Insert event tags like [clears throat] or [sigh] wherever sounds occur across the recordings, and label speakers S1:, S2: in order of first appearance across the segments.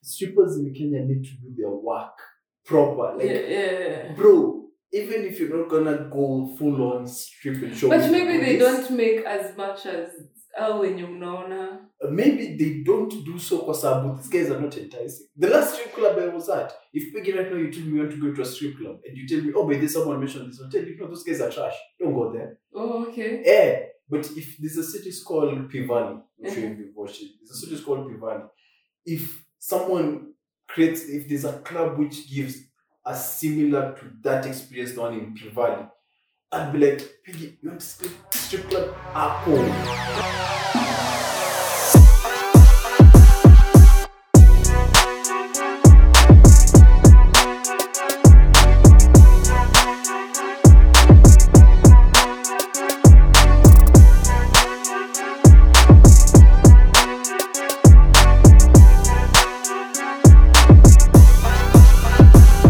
S1: strippers in Kenya need to do their work proper. Like,
S2: yeah, yeah.
S1: bro, even if you're not gonna go full on stripping show,
S2: But maybe they don't make as much as oh, au wenye unaona
S1: uh, Maybe they don't do so kwa sababu these guys are not enticing. The last strip club I was at, if Peggy right now you tell me you want to go to a strip club and you tell me, oh, by this someone mentioned this hotel, you know those guys are trash. Don't go there.
S2: oh, okay
S1: Yeah, Eh, but if there's a city called Pivani, I'm sure
S2: Mhm.
S1: you've watched it. There's a city called Pivani. If someone creates, if there's a club which gives a similar to that experience done in Pivani, I'd be like, Piggy, you want to strip, strip club? Ah, Apple.
S2: hello guys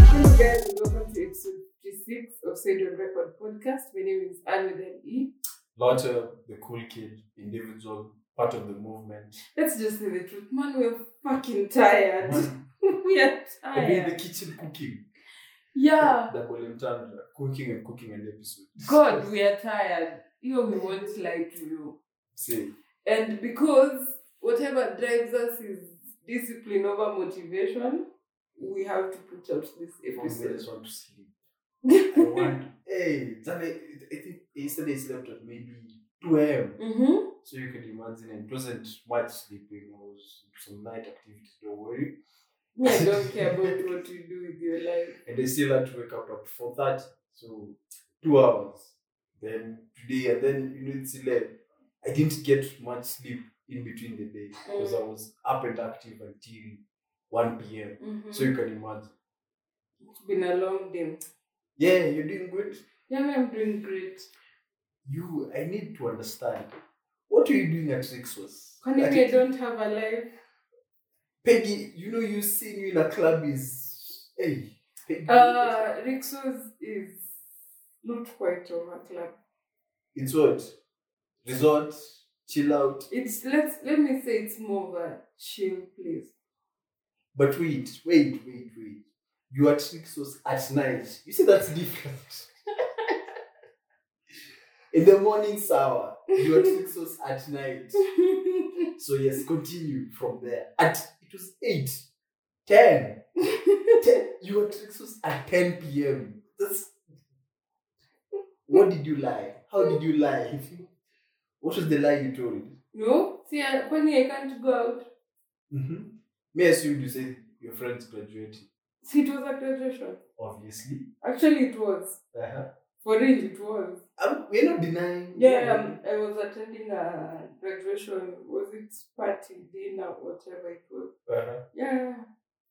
S2: and welcome to episode 56 of Side on Record podcast my name is Anne with an E
S1: Lauter, the cool kid, individual, part of the movement.
S2: let's just say the truth man we're fucking tired [laughs] we are
S1: I mean, the
S2: tired
S1: kitchen cooking.
S2: yeah
S1: Double entendre. Cooking and cooking an episode.
S2: God, we are tired. Here we won't lie to you.
S1: See.
S2: And because whatever drives us is discipline over motivation, we have to put out this
S1: I just
S2: episode.
S1: want to sleep. I want, hey, Sunday, I think yesterday I slept at maybe 2 a.m.
S2: Mm-hmm.
S1: So you can imagine it wasn't much sleeping, it was some night activities, don't worry.
S2: I don't care about what you do with your life.
S1: And I still had to wake up at 4.30, so two hours. Then today, and then, you know, it's like, I didn't get much sleep in between the day because I was up and active until 1 p.m.
S2: Mhm.
S1: So you can imagine.
S2: It's been a long day.
S1: Yeah, you're doing good.
S2: Yeah, I'm doing great.
S1: you I need to understand. What are you doing at six was?
S2: Can if I don't have a life,
S1: Peggy, you know you seeing you in a club is hey Peggy
S2: uh, Rixos is not quite over club.
S1: it's what? Resort, chill out.
S2: It's let's let me say it's more of a chill [laughs] place.
S1: But wait, wait, wait, wait. You at six was at night. You see that's different.
S2: [laughs]
S1: in the morning hour, you at six was at night. So yes, continue from there. At it was eight,
S2: [laughs]
S1: ten, ten. Your tricks was at ten p.m. That's what did you lie? How did you lie? What was the lie you told?
S2: No, see, I, when I can't go out,
S1: Mm-hmm. May I assume you said your friends graduated?
S2: see, it was a graduation.
S1: Obviously.
S2: Actually, it was.
S1: Uh-huh.
S2: For real, it was.
S1: Um, we're not denying.
S2: Yeah, um, I was attending a graduation. Was it party, dinner, whatever it was?
S1: Uh-huh.
S2: Yeah.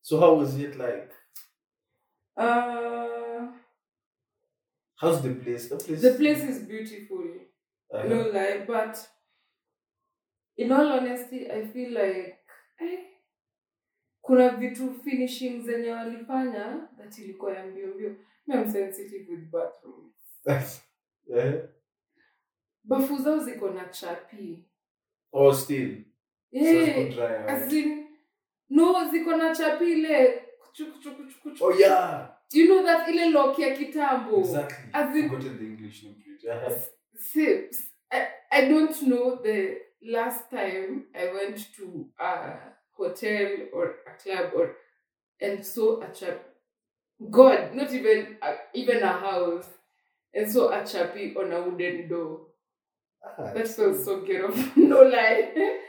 S1: So how was it like?
S2: Uh,
S1: How's the place? The place.
S2: the place is beautiful,
S1: Uh-huh.
S2: no lie, but in all honesty, I feel like eh, kuna vitu finishing zenye walifanya that ilikuwa ya mbio mbio. Me, I'm sensitive with bathrooms.
S1: [laughs] uh-huh.
S2: bafu zao ziko na chapi
S1: Or still.
S2: Eh,
S1: So it's dry out.
S2: as in, no ziko na chapi ile kuchu, kuchu, kuchu, kuchu.
S1: Oh yeah.
S2: you know that ile loki ya kitambo
S1: Exactly.
S2: As in-
S1: Forgotten the English name for it.
S2: [laughs]
S1: Uh-huh.
S2: Sips. I, I don't know the last time I went to a hotel or a club or and saw a chap. God, not even a, even a house, and saw a chappy on a wooden door.
S1: Ah,
S2: That felt so ghetto. [laughs] no lie. [laughs] that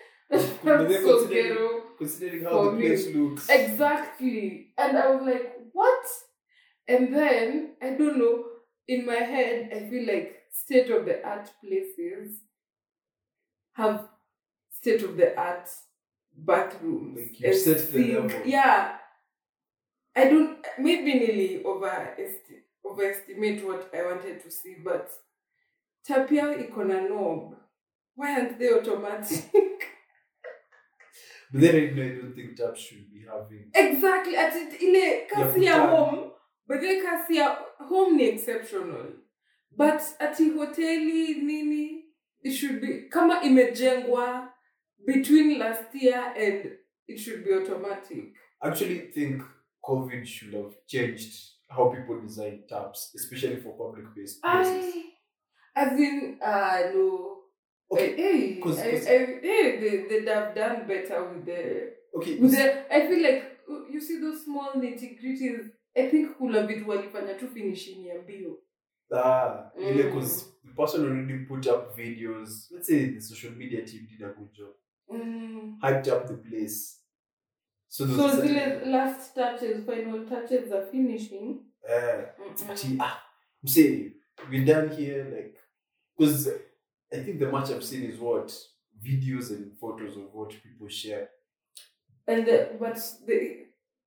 S1: But
S2: felt
S1: they
S2: so
S1: consider it-
S2: ghetto.
S1: [laughs] considering how
S2: For
S1: the
S2: me.
S1: place looks.
S2: Exactly. And I was like, what? And then, I don't know, in my head, I feel like state of the art places have state of the art bathrooms.
S1: Like you've
S2: and
S1: set the
S2: sink.
S1: level.
S2: Yeah. I don't, maybe nearly overesti- overestimate what I wanted to see, but Tapia Icona Knob, why aren't they automatic? [laughs]
S1: But then I know I don't think Taps should be having.
S2: exactly at it- ile kasi
S1: Ya
S2: ya
S1: kutana.
S2: home but then kasi ya home ni exceptional but ati hoteli nini it should be kama imejengwa between last year and it should be automatic
S1: actually think COVID should have changed how people design taps, especially for public based places.
S2: I, as in, uh, no. Eh,
S1: Okay,
S2: Hey,
S1: cause-
S2: I,
S1: cause-
S2: I, hey, they, they'd have done better with the
S1: okay.
S2: With the- i feel like uh, you see those small nitty gritties i think kuna vitu walifanya tu finishing ya mbio
S1: Ah, ile
S2: Mm.
S1: because the person already put up videos. Let's say the social media team did a good job,
S2: mm.
S1: hyped up the place. So, there
S2: so
S1: was a-
S2: zile last touches final touches za finishing
S1: Eh,
S2: Mm-mm.
S1: ati, ah, msee, we're down here like, because I think the much I've seen is what videos and photos of what people share.
S2: and the, but the,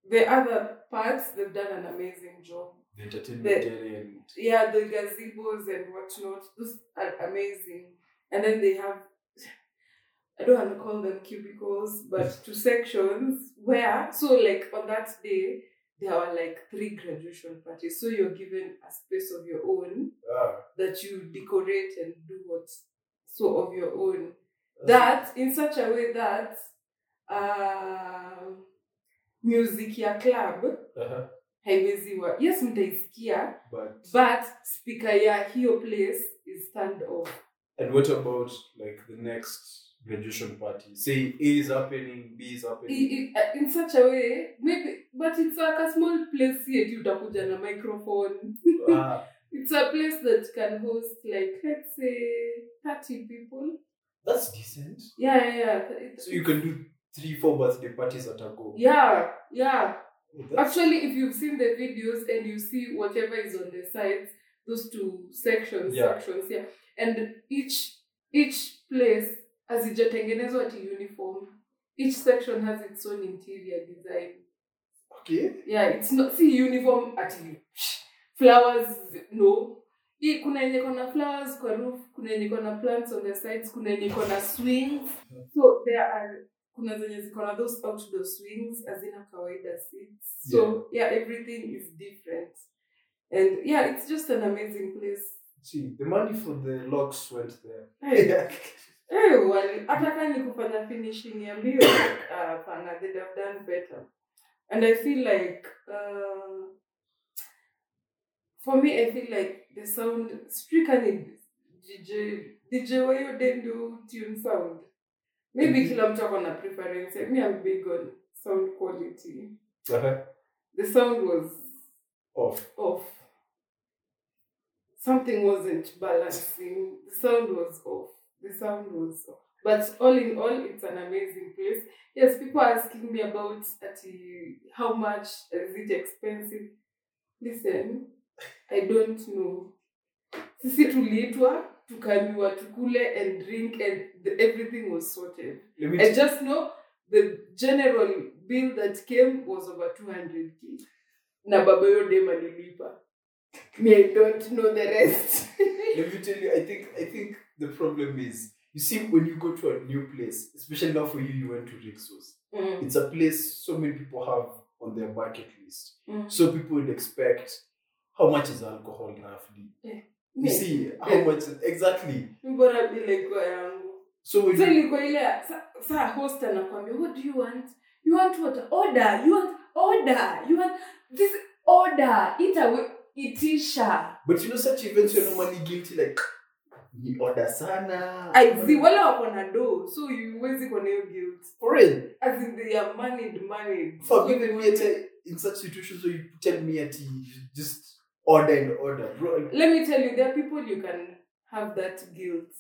S2: the other parts they've done an amazing job
S1: The entertainment
S2: The-
S1: area and
S2: yeah the gazebos and whatnot those are amazing and then they have I don't want to call them cubicles, but two sections where, so like on that day, there were like three graduation parties. So you're given a space of your own
S1: ah,
S2: that you decorate and do what so of your own.
S1: that's-
S2: That in such a way that uh, music ya club
S1: uh-huh,
S2: haiweziwa yes mtaisikia
S1: but
S2: but speaker ya hiyo place is turned off
S1: and what about like the next graduation party? Say A is happening, B is
S2: I,
S1: happening.
S2: [laughs] I, uh, in such a way maybe but it's like a small place yet utakuja na microphone [laughs]
S1: Ah,
S2: it's a place that can host like let's say 30 people
S1: that's decent.
S2: yeah yeah yeah It-
S1: So you can do three, four birthday parties at a go. Oh,
S2: yeah yeah
S1: That's-
S2: actually if you've seen the videos and you see whatever is on the sides those two sections
S1: Yeah.
S2: sections yeah and each each place hazijatengenezwa ati uniform each section has its own interior design
S1: okay.
S2: yeah it's not see uniform ati psh, flowers no hii kuna yenye kona flowers kwa roof kuna yenye kona plants on the sides kuna yenye kona swings so there are kuna zenye ziko na those outdoor swings hazina kawaida seats so
S1: Yeah.
S2: yeah. everything is different and yeah it's just an amazing place
S1: See, the money for the locks went there.
S2: Hey, hey, wali- hata ka ni kufanya finishing ya mbio ah, hapana they'd have done better and i feel like uh, for me i feel like the sound strikani dj dj wayo didn't do tune sound maybe
S1: Mhm.
S2: kila mtu ako na preference me i'm big on sound quality
S1: [laughs] uh-huh.
S2: the sound was
S1: Off.
S2: off something wasn't balancing the sound was off the sound was off but all in all it's an amazing place yes people are asking me about at how much is it expensive listen i don't know sisi tuliitwa tukanywa tukule and drink and the, everything was sorted
S1: Let me
S2: i just know the general bill that came was over 200k na baba yo dem alilipa me i don't know the rest
S1: Let me tell you, I think I think the problem is you see when you go to a new place, especially now for you, you went to Rixos.
S2: mm.
S1: It's a place so many people have on their bucket list.
S2: Mm.
S1: So people would expect how much is alcohol roughly. You
S2: Me,
S1: see how much exactly.
S2: mi bora bila iko yangu
S1: So when
S2: so
S1: you,
S2: ilikuwa ile ya- sa- saa host anakwambia what do you want you want what order you want order you want this order itawe itisha
S1: but you know such events you're normally guilty like ni order sana.
S2: i see wala wako na do so you huwezi kuwa na hiyo guilt
S1: for real.
S2: as in they are moneyed moneyed
S1: Forgiven me at- in such situations where you tell me at just order and order. Bro,
S2: let me tell you there are people you can have that guilt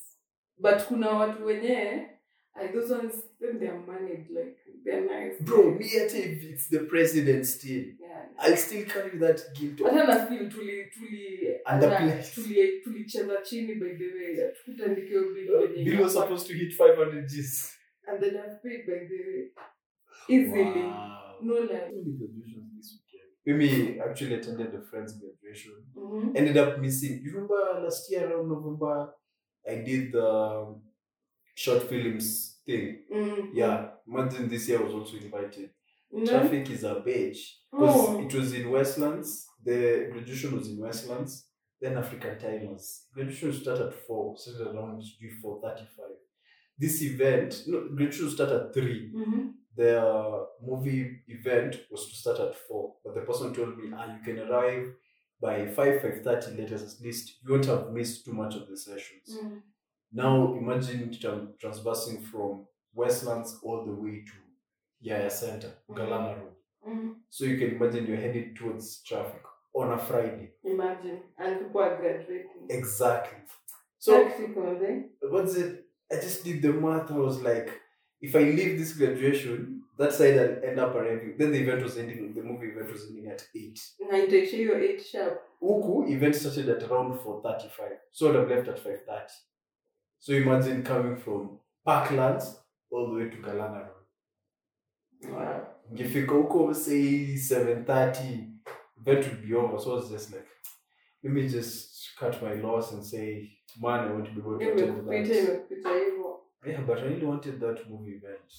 S2: but kuna watu wenyewe I those ones then they are managed like they're nice
S1: bro me at if it's the president still.
S2: yeah
S1: I'll still carry that guilt. of-
S2: hata na feel tuli tuli
S1: Underplay.
S2: tuli tulicheza chini by the way hatukutandikiwa bill wenye
S1: Uh, Bill was supposed to hit 500 Gs.
S2: and then I paid by the way easily
S1: Wow.
S2: no
S1: How
S2: lie
S1: many graduations this weekend? Mimi actually attended a friend's graduation.
S2: mm
S1: Ended up missing. You remember last year around November, I did the um, short films thing.
S2: -hmm.
S1: Yeah, imagine this year I was also invited.
S2: no
S1: Traffic is a bitch. Because
S2: Oh.
S1: it was in Westlands. The graduation was in Westlands. Then African timers. Graduation started at four, started around four thirty-five. This event, no, graduation started at three.
S2: mm
S1: the uh, movie event was to start at four, but the person told me, "Ah, you can arrive by five five thirty latest. At least you won't have missed too much of the sessions."
S2: Mm.
S1: Now imagine tran- transversing from Westlands all the way to Yaya Center, Galana Road.
S2: Mm.
S1: So you can imagine you're headed towards traffic on a Friday.
S2: Imagine. And people are graduating.
S1: Exactly. So
S2: Practical, eh?
S1: what's it? I just did the math. I was like, if I leave this graduation, that side I'll end up arriving. Then the event was ending. The movie event was ending at eight.
S2: Na itaishia hiyo 8 sharp.
S1: Uku event started at around four thirty-five. So I'd have left at five thirty. So imagine coming from Parklands all the way to Galana Road.
S2: Wow.
S1: ngifika huko say 730 that would be over so I was just like let me just cut my loss and say man I want to be able to attend
S2: Imekupita,
S1: that
S2: imekupita hivyo.
S1: yeah but I really wanted that movie event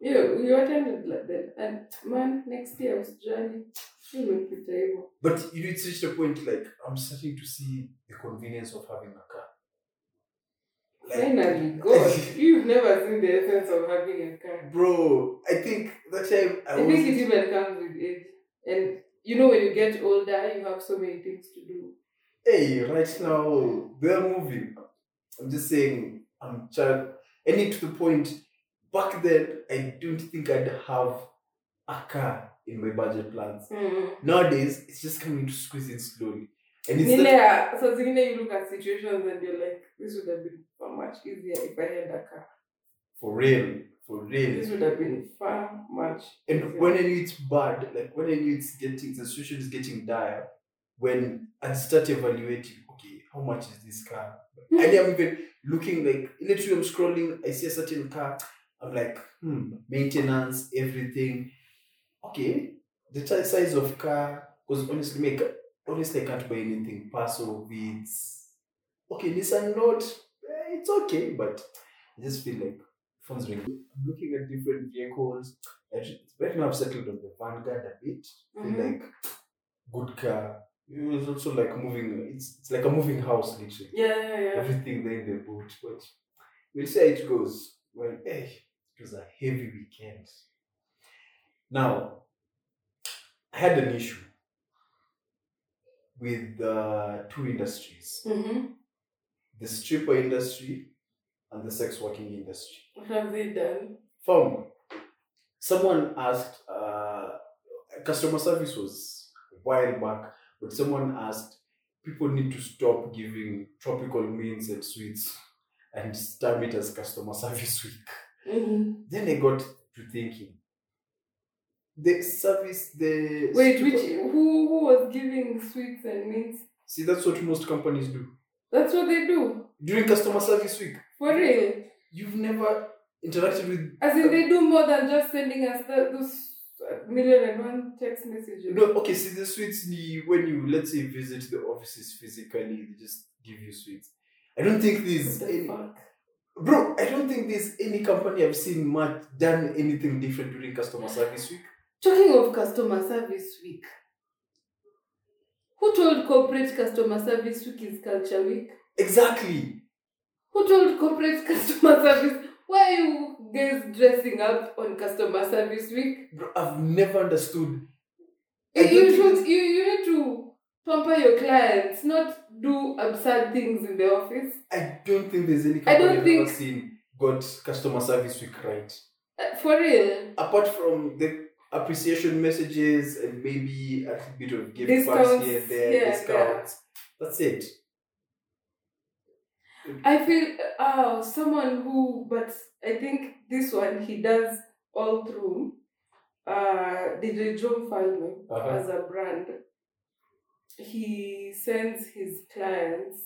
S2: You, you attended like that. And man, next year usijali. Imekupita hivyo.
S1: but you know, it's reached a point like I'm starting to see the convenience of having a car
S2: Finally, God, you've never seen the essence of having a car.
S1: [laughs] bro I think that time I
S2: I
S1: was
S2: think it even comes with age. And you know, when you get older, you have so many things to do.
S1: hey, right now they're moving. I'm just saying, I'm child. And it to the point, back then, I don't think I'd have a car in my budget plans. Nowadays, it's just coming to squeeze in slowly. And it's
S2: Nile
S1: that,
S2: ya- saa zingine you look at situations and you're like, this would have been far much easier if I had a car.
S1: for real, for
S2: This
S1: real.
S2: would have been far much.
S1: And when I knew it's bad, like when I knew it's getting, the situation is getting dire, when I start evaluating, okay, how much is this car? and I'm even looking like literally I'm scrolling, I see a certain car, I'm like, hmm, maintenance, everything. Okay, the ti- size of car, because honestly, make honestly I can't buy anything Paso beats. Okay, Nissan Note, eh, it's okay, but I just feel like phones ring. I'm looking at different vehicles. I ju- Right now I've settled on the Vanguard a bit. Feel
S2: Mhm.
S1: like good car. It's also like moving. It's, it's like a moving house literally
S2: yeah, yeah, yeah.
S1: everything there in the boat. But we'll see how it goes. Well, hey, it was a heavy weekend. Now, I had an issue with uh, two industries
S2: Mhm.
S1: the stripper industry and the sex working industry.
S2: What have they done?
S1: Found someone asked, uh, customer service was a while back, but someone asked, people need to stop giving tropical means and sweets and stamp it as customer [laughs] service week.
S2: Mhm.
S1: Then I got to thinking, the service, the.
S2: Wait,
S1: stripper-
S2: which who who was giving sweets and mints?
S1: See, that's what most companies do.
S2: That's what they do
S1: During customer service week,
S2: for real.
S1: you've never interacted with
S2: As in, they do more than just sending us the, those uh, million and one text messages.
S1: No, okay, see the sweets the when you let's say visit the offices physically, they just give you sweets. I don't think
S2: What
S1: there's
S2: the
S1: any
S2: fuck?
S1: bro, I don't think there's any company I've seen much done anything different during customer service week.
S2: Talking of customer service week, who told corporate customer service week is culture week?
S1: Exactly.
S2: Who told corporate [laughs] customer service? Why are you guys dressing up on customer service week?
S1: Bro, I've never understood I
S2: You, you
S1: don't think
S2: should, you, you need to pamper your clients, not do absurd things in the office.
S1: I don't think there's any
S2: I
S1: company
S2: don't
S1: I've
S2: think-
S1: ever seen got customer service week right.
S2: Uh, for real,
S1: Apart from the appreciation messages and maybe a little bit of gift
S2: Discounts
S1: cards here and there,
S2: here and there.
S1: discounts. That's it.
S2: I feel uh, someone who, but I think this one he does all through uh, DJ John Falme
S1: Uh-huh.
S2: as a brand. He sends his clients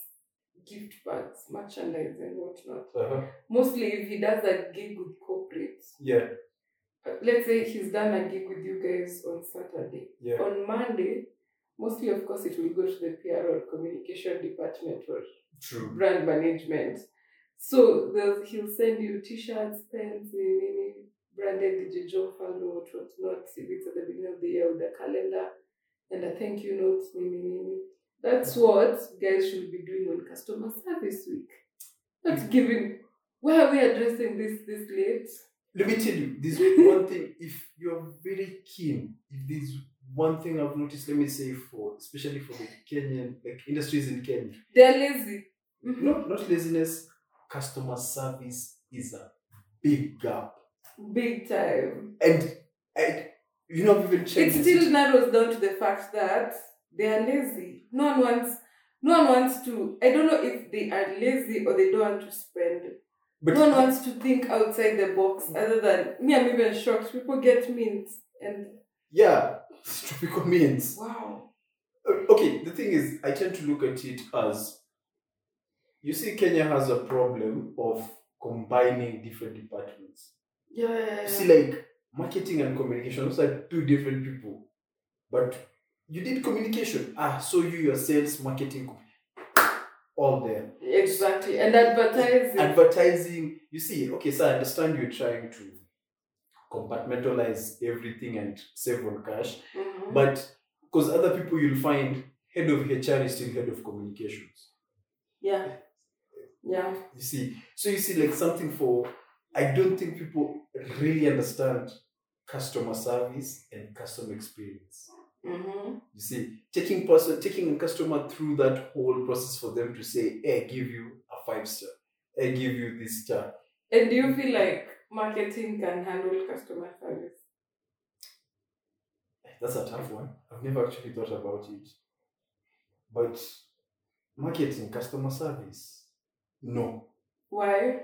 S2: gift bags, merchandise, and whatnot.
S1: Uh-huh.
S2: Mostly, if he does a gig with corporates,
S1: Yeah,
S2: uh, let's say he's done a gig with you guys on Saturday.
S1: yeah.
S2: On Monday, mostly, of course, it will go to the PR or communication department or
S1: True.
S2: brand management. So they'll- he'll send you t-shirts, pens, nini, nini, branded digital follow what what not civics at the beginning of the year with a calendar and a thank you note. Nini, nini. That's what guys should be doing on customer service week. Not giving why are we addressing this this late?
S1: let me tell you this one thing if you're very keen if there's one thing i've noticed let me say for especially for the kenyan like industries in kenya
S2: They're lazy.
S1: no not laziness customer service is a big gap
S2: Big time.
S1: and I, you know i've even
S2: It
S1: checked
S2: still narrows down to the fact that they are lazy. No one wants no one wants to I don't know if they are lazy or they don't want to spend.
S1: but
S2: no one wants to think outside the box other than me, I'm even shocked. People get means and
S1: yeah it's [laughs] tropical means
S2: wow.
S1: Uh, okay the thing is i tend to look at it as you see kenya has a problem of combining different departments
S2: Yeah, yeah,
S1: you
S2: yeah.
S1: see like marketing and communication those are two different people but you did communication ah so you your sales marketing com- all there
S2: Exactly. And advertising.
S1: advertising you see okay so i understand you're trying to compartmentalize everything and save on cash
S2: Mhm.
S1: but because other people you'll find head of HR is still head of communications.
S2: yeah. Yeah.
S1: You see, so you see like something for I don't think people really understand customer service and customer experience.
S2: Mm-hmm.
S1: You see, taking person taking a customer through that whole process for them to say, hey, give you a five star, I give you this star.
S2: And do you feel like marketing can handle customer service?
S1: That's a tough one. I've never actually thought about it. But marketing, customer service, no.
S2: Why?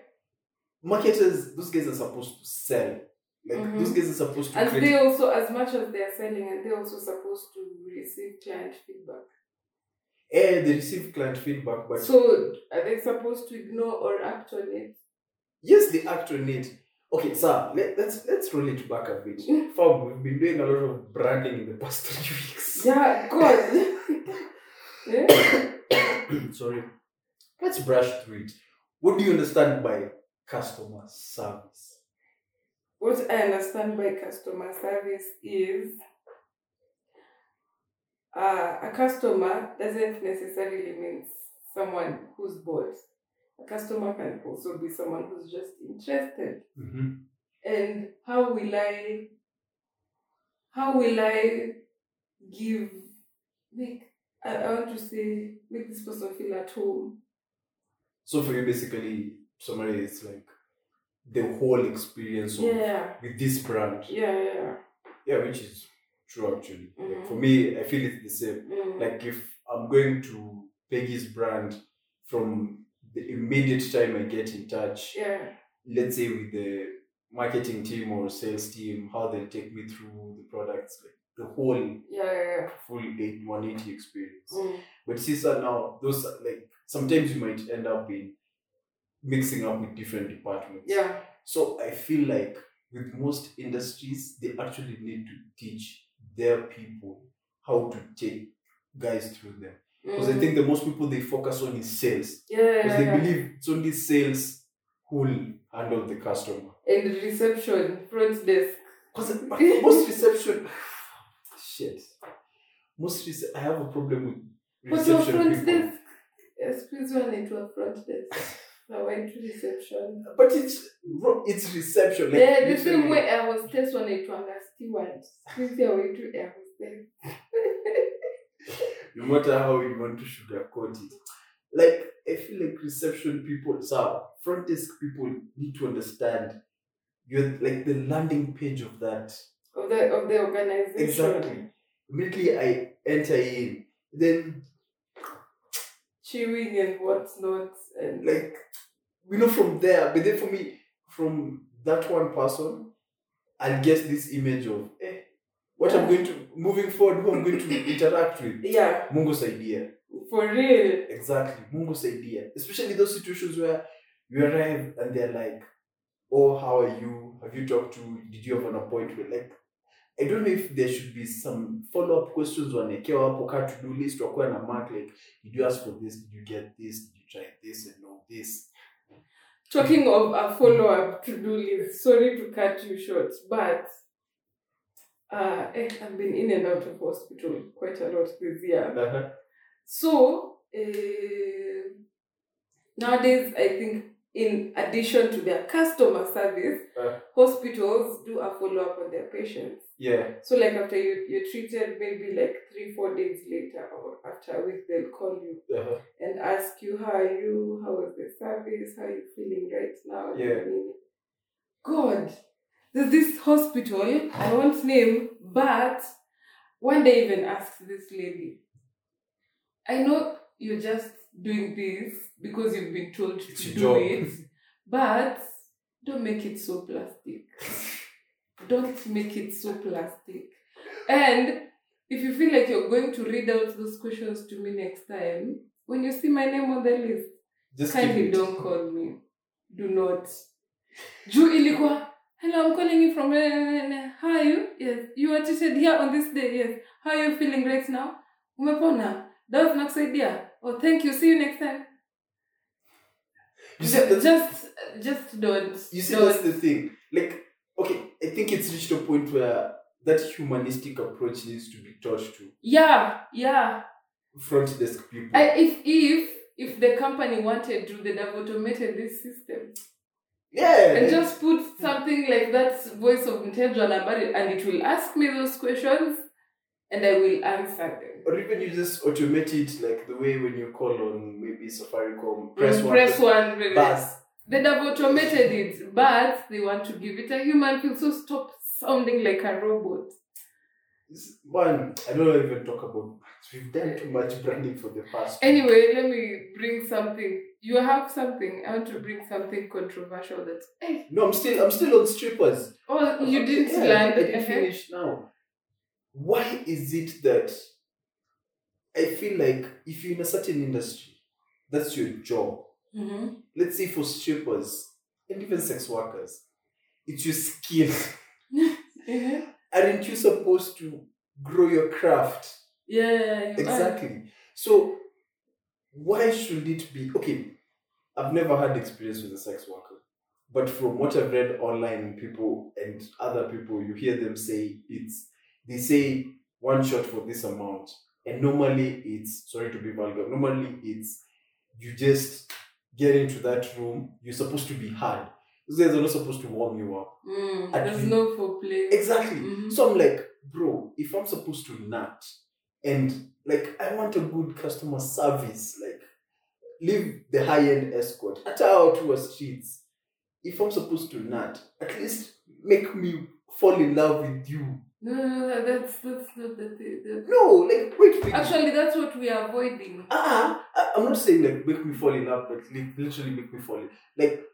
S1: marketers, those guys are supposed to sell. Like
S2: Mhm.
S1: those guys are supposed to
S2: And
S1: create.
S2: they also, as much as they are selling, and they're also supposed to receive client feedback.
S1: Eh, they receive client feedback, but
S2: So are they supposed to ignore or act on it?
S1: yes, they act on it. Okay, sir, let, let's let's roll it back a bit. Fam, we've been doing a lot of branding in the past [laughs] three weeks.
S2: Yeah, God. [laughs] yeah?
S1: [clears throat] Sorry. Let's brush through it. What do you understand by customer service?
S2: What I understand by customer service is uh, a customer doesn't necessarily mean someone who's bored. A customer can also be someone who's just interested.
S1: Mm-hmm.
S2: and how will I how will I give make I, I want to say make this person feel at home.
S1: So for you, basically, summary is like the whole experience of,
S2: Yeah.
S1: with this brand.
S2: Yeah, yeah.
S1: Yeah, which is true actually. Like
S2: Mhm.
S1: for me, I feel it's the same.
S2: Mm.
S1: Like if I'm going to Peggy's brand from the immediate time I get in touch,
S2: yeah.
S1: let's say with the marketing team or sales team, how they take me through the products, like the whole
S2: Yeah, yeah,
S1: full 8 180 experience.
S2: yeah. Mm.
S1: But see, sir, now those are like sometimes you might end up in mixing up with different departments.
S2: Yeah.
S1: So I feel like with most industries, they actually need to teach their people how to take guys through them. Because I
S2: Mm.
S1: think the most people they focus on is sales.
S2: yeah, yeah,
S1: Because
S2: yeah,
S1: they
S2: yeah.
S1: believe it's only sales who will handle the customer.
S2: and reception, front desk. [laughs]
S1: Because most reception [sighs] shit. Most rece- I have a problem with
S2: What's your
S1: reception
S2: front
S1: people.
S2: desk? Yes, please run into a front
S1: [laughs]
S2: desk. I went to reception.
S1: But it's ro- it's reception. Like,
S2: yeah, the
S1: literally.
S2: same way I was test one it was steward. Please I went to air hostess.
S1: no matter how you want to sugarcoat it. Like I feel like reception people, so front desk people need to understand you're like the landing page of that.
S2: of the of the organization.
S1: Exactly. Immediately I enter in, then
S2: Cheering and whatnot and
S1: like you know from there, but then for me, from that one person, I'll get this image of eh, what I'm going to moving forward, who I'm going to interact with.
S2: yeah,
S1: Mungo's idea.
S2: for real.
S1: Exactly, Mungo's idea. Especially those situations where you arrive and they're like, "Oh, how are you? Have you talked to? Did you have an appointment?" Like, I don't know if there should be some follow up questions on a hapo ka to do list or na mark like, "Did you ask for this? Did you get this? Did you try this and all this?"
S2: Talking of a follow up to do list, sorry to cut you short, but uh, eh, I've been in and out of hospital quite a lot this year.
S1: Uh-huh.
S2: So eh, nowadays, I think in addition to their customer service,
S1: Uh.
S2: hospitals do a follow up on their patients.
S1: Yeah.
S2: So, like after you, you're treated, maybe like three, four days later or after a week, they'll call you
S1: Uh-huh.
S2: and ask you, How are you? How was the service? How are you feeling right now?
S1: Yeah.
S2: God, there's this hospital, I won't name, but one day even asked this lady, I know you're just doing this because you've been told
S1: It's
S2: to
S1: your
S2: do
S1: job."
S2: it, but don't make it so plastic. don't make it so plastic. And if you feel like you're going to read out those questions to me next time, when you see my name on the list,
S1: Just
S2: kindly
S1: keep it.
S2: don't call me. Do not. Juu ilikuwa, hello, I'm calling you from. uh, How are you? Yes. You are treated here on this day. Yes. How are you feeling right now? Umepona? Dawa zinakusaidia? Oh, thank you. See you next time.
S1: You said that
S2: just, just don't.
S1: You see,
S2: don't.
S1: that's the thing. Like, okay, I think it's reached a point where that humanistic approach needs to be taught to
S2: Yeah, yeah.
S1: front desk people.
S2: I, if if if the company wanted to, they'd have automated this system
S1: yeah,
S2: and
S1: like,
S2: just put something like that voice of intelligence about it, and it will ask me those questions, and I will answer them.
S1: or even you just automate it like the way when you call on maybe Safaricom, press
S2: Mm,
S1: one,
S2: press one. really.
S1: bus.
S2: They'd have automated it, but they want to give it a human feel. So stop sounding like a robot.
S1: This- Man, I don't wanna even talk about. We've done too much branding for the past.
S2: Anyway, let me bring something. You have something. I want to bring something controversial. That hey,
S1: No, I'm still, I'm still on strippers.
S2: oh, you didn't
S1: yeah,
S2: land.
S1: I didn't
S2: uh-huh.
S1: finish now. Why is it that I feel like if you're in a certain industry, that's your job.
S2: Mhm.
S1: Let's say for strippers and even sex workers, it's your skill.
S2: Mhm.
S1: Aren't you supposed to grow your craft?
S2: Yeah, you
S1: Exactly. So why should it be okay? I've never had experience with a sex worker, but from what I've read online, people and other people, you hear them say it's they say one shot for this amount, and normally it's sorry to be vulgar. Normally it's you just get into that room. You're supposed to be hard. Those guys are not supposed to warm you up.
S2: are. Mm,
S1: At
S2: there's
S1: least-
S2: no foreplay.
S1: Exactly.
S2: Mhm.
S1: So I'm like, bro, if I'm supposed to nut and like I want a good customer service, like leave the high end escort, at out to our streets. If I'm supposed to nut, at least make me fall in love with you.
S2: No, no, no, that- that's that's not the thing. that-
S1: No, like wait, wait.
S2: Actually, that's what we are avoiding.
S1: Ah, I- I'm not saying like make me fall in love, but li- literally make me fall in. Like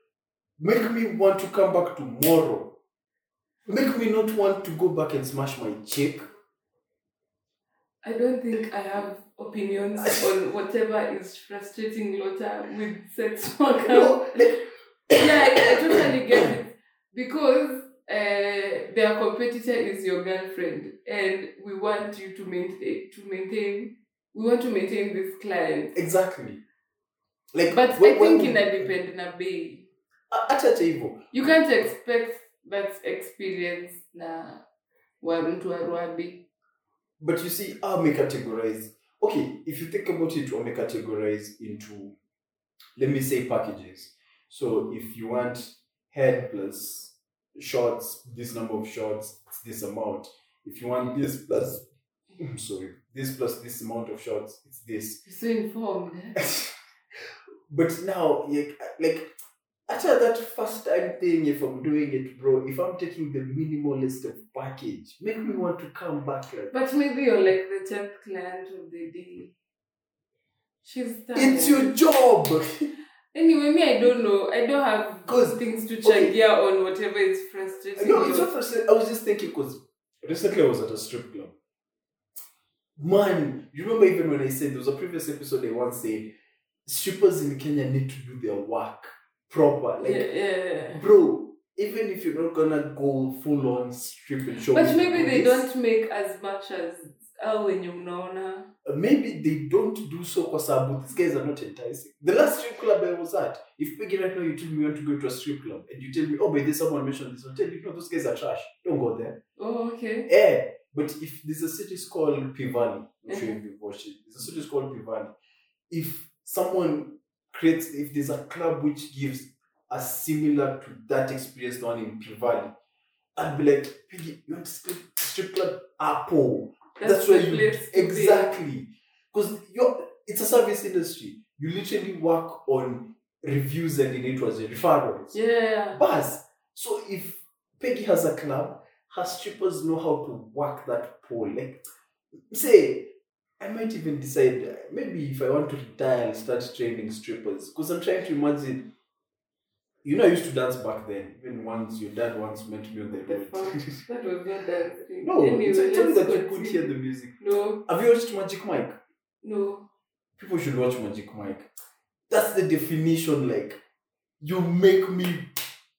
S1: make me want to come back tomorrow. Make me not want to go back and smash my cheek.
S2: I don't think I have opinions on whatever is frustrating Lota with sex [laughs] workers.
S1: No, like
S2: Yeah, I, I totally get it because uh, their competitor is your girlfriend, and we want you to maintain to maintain. We want to maintain this client,
S1: Exactly. Like,
S2: but
S1: when-
S2: I think
S1: when-
S2: in a dependent way.
S1: Ah, acha acha hivyo.
S2: you can't expect that experience na wa mtu wa Ruabi.
S1: But you see, how may categorize? Okay, if you think about it, how may categorize into, let me say, packages. So if you want head plus shots, this number of shots, it's this amount. If you want this plus, I'm sorry, this plus this amount of shots, it's this.
S2: You're so informed. eh?
S1: [laughs] but now, like, like, after that first time thing, if I'm doing it, bro, if I'm taking the minimalist of package, make me want to come back. Like,
S2: But maybe you're like the tenth client of the day. She's tired.
S1: it's your job. [laughs]
S2: Anyway, me I don't know. I don't have
S1: 'Cause-
S2: things to
S1: okay.
S2: changia on whatever is frustrating.
S1: no, it's
S2: you.
S1: not frustrating. I was just thinking because recently I was at a strip club. Man, you remember even when I said there was a previous episode I once said strippers in Kenya need to do their work proper. Like,
S2: yeah, yeah, yeah.
S1: bro, even if you're not gonna go full on strip and show, me
S2: But
S1: the
S2: maybe they
S1: boobies,
S2: don't make as much as oh, au wenye unaona.
S1: maybe they don't do so kwa sababu these guys are not enticing. The last strip club I was at, if Peggy right now you tell me you want to go to a strip club and you tell me, oh, by this someone mentioned this hotel, you know those guys are trash. Don't go there.
S2: Oh, okay.
S1: Eh, but if there's a city called Pivani, I'm sure if you've watched it, there's a city called Pivani. If someone creates, if there's a club which gives are similar to that experience down in Pivali. I'd be like, Piggy, you want to strip, strip club? Apple. That's, where
S2: the
S1: you
S2: place to be.
S1: Exactly. Because you're it's a service industry. You literally work on reviews and in it was referrals.
S2: Yeah.
S1: Buzz. So if Peggy has a club, her strippers know how to work that pole. Like, say, I might even decide uh, maybe if I want to retire and start training strippers. Because I'm trying to imagine. You know, I used to dance back then. Even once your dad once met me on the
S2: The
S1: road.
S2: fuck? That was not
S1: [laughs]
S2: dancing.
S1: no,
S2: anyway,
S1: it's actually that
S2: let's
S1: you could hear
S2: continue.
S1: the music.
S2: No,
S1: Have you watched Magic Mike?
S2: no.
S1: People should watch Magic Mike. That's the definition. Like, you make me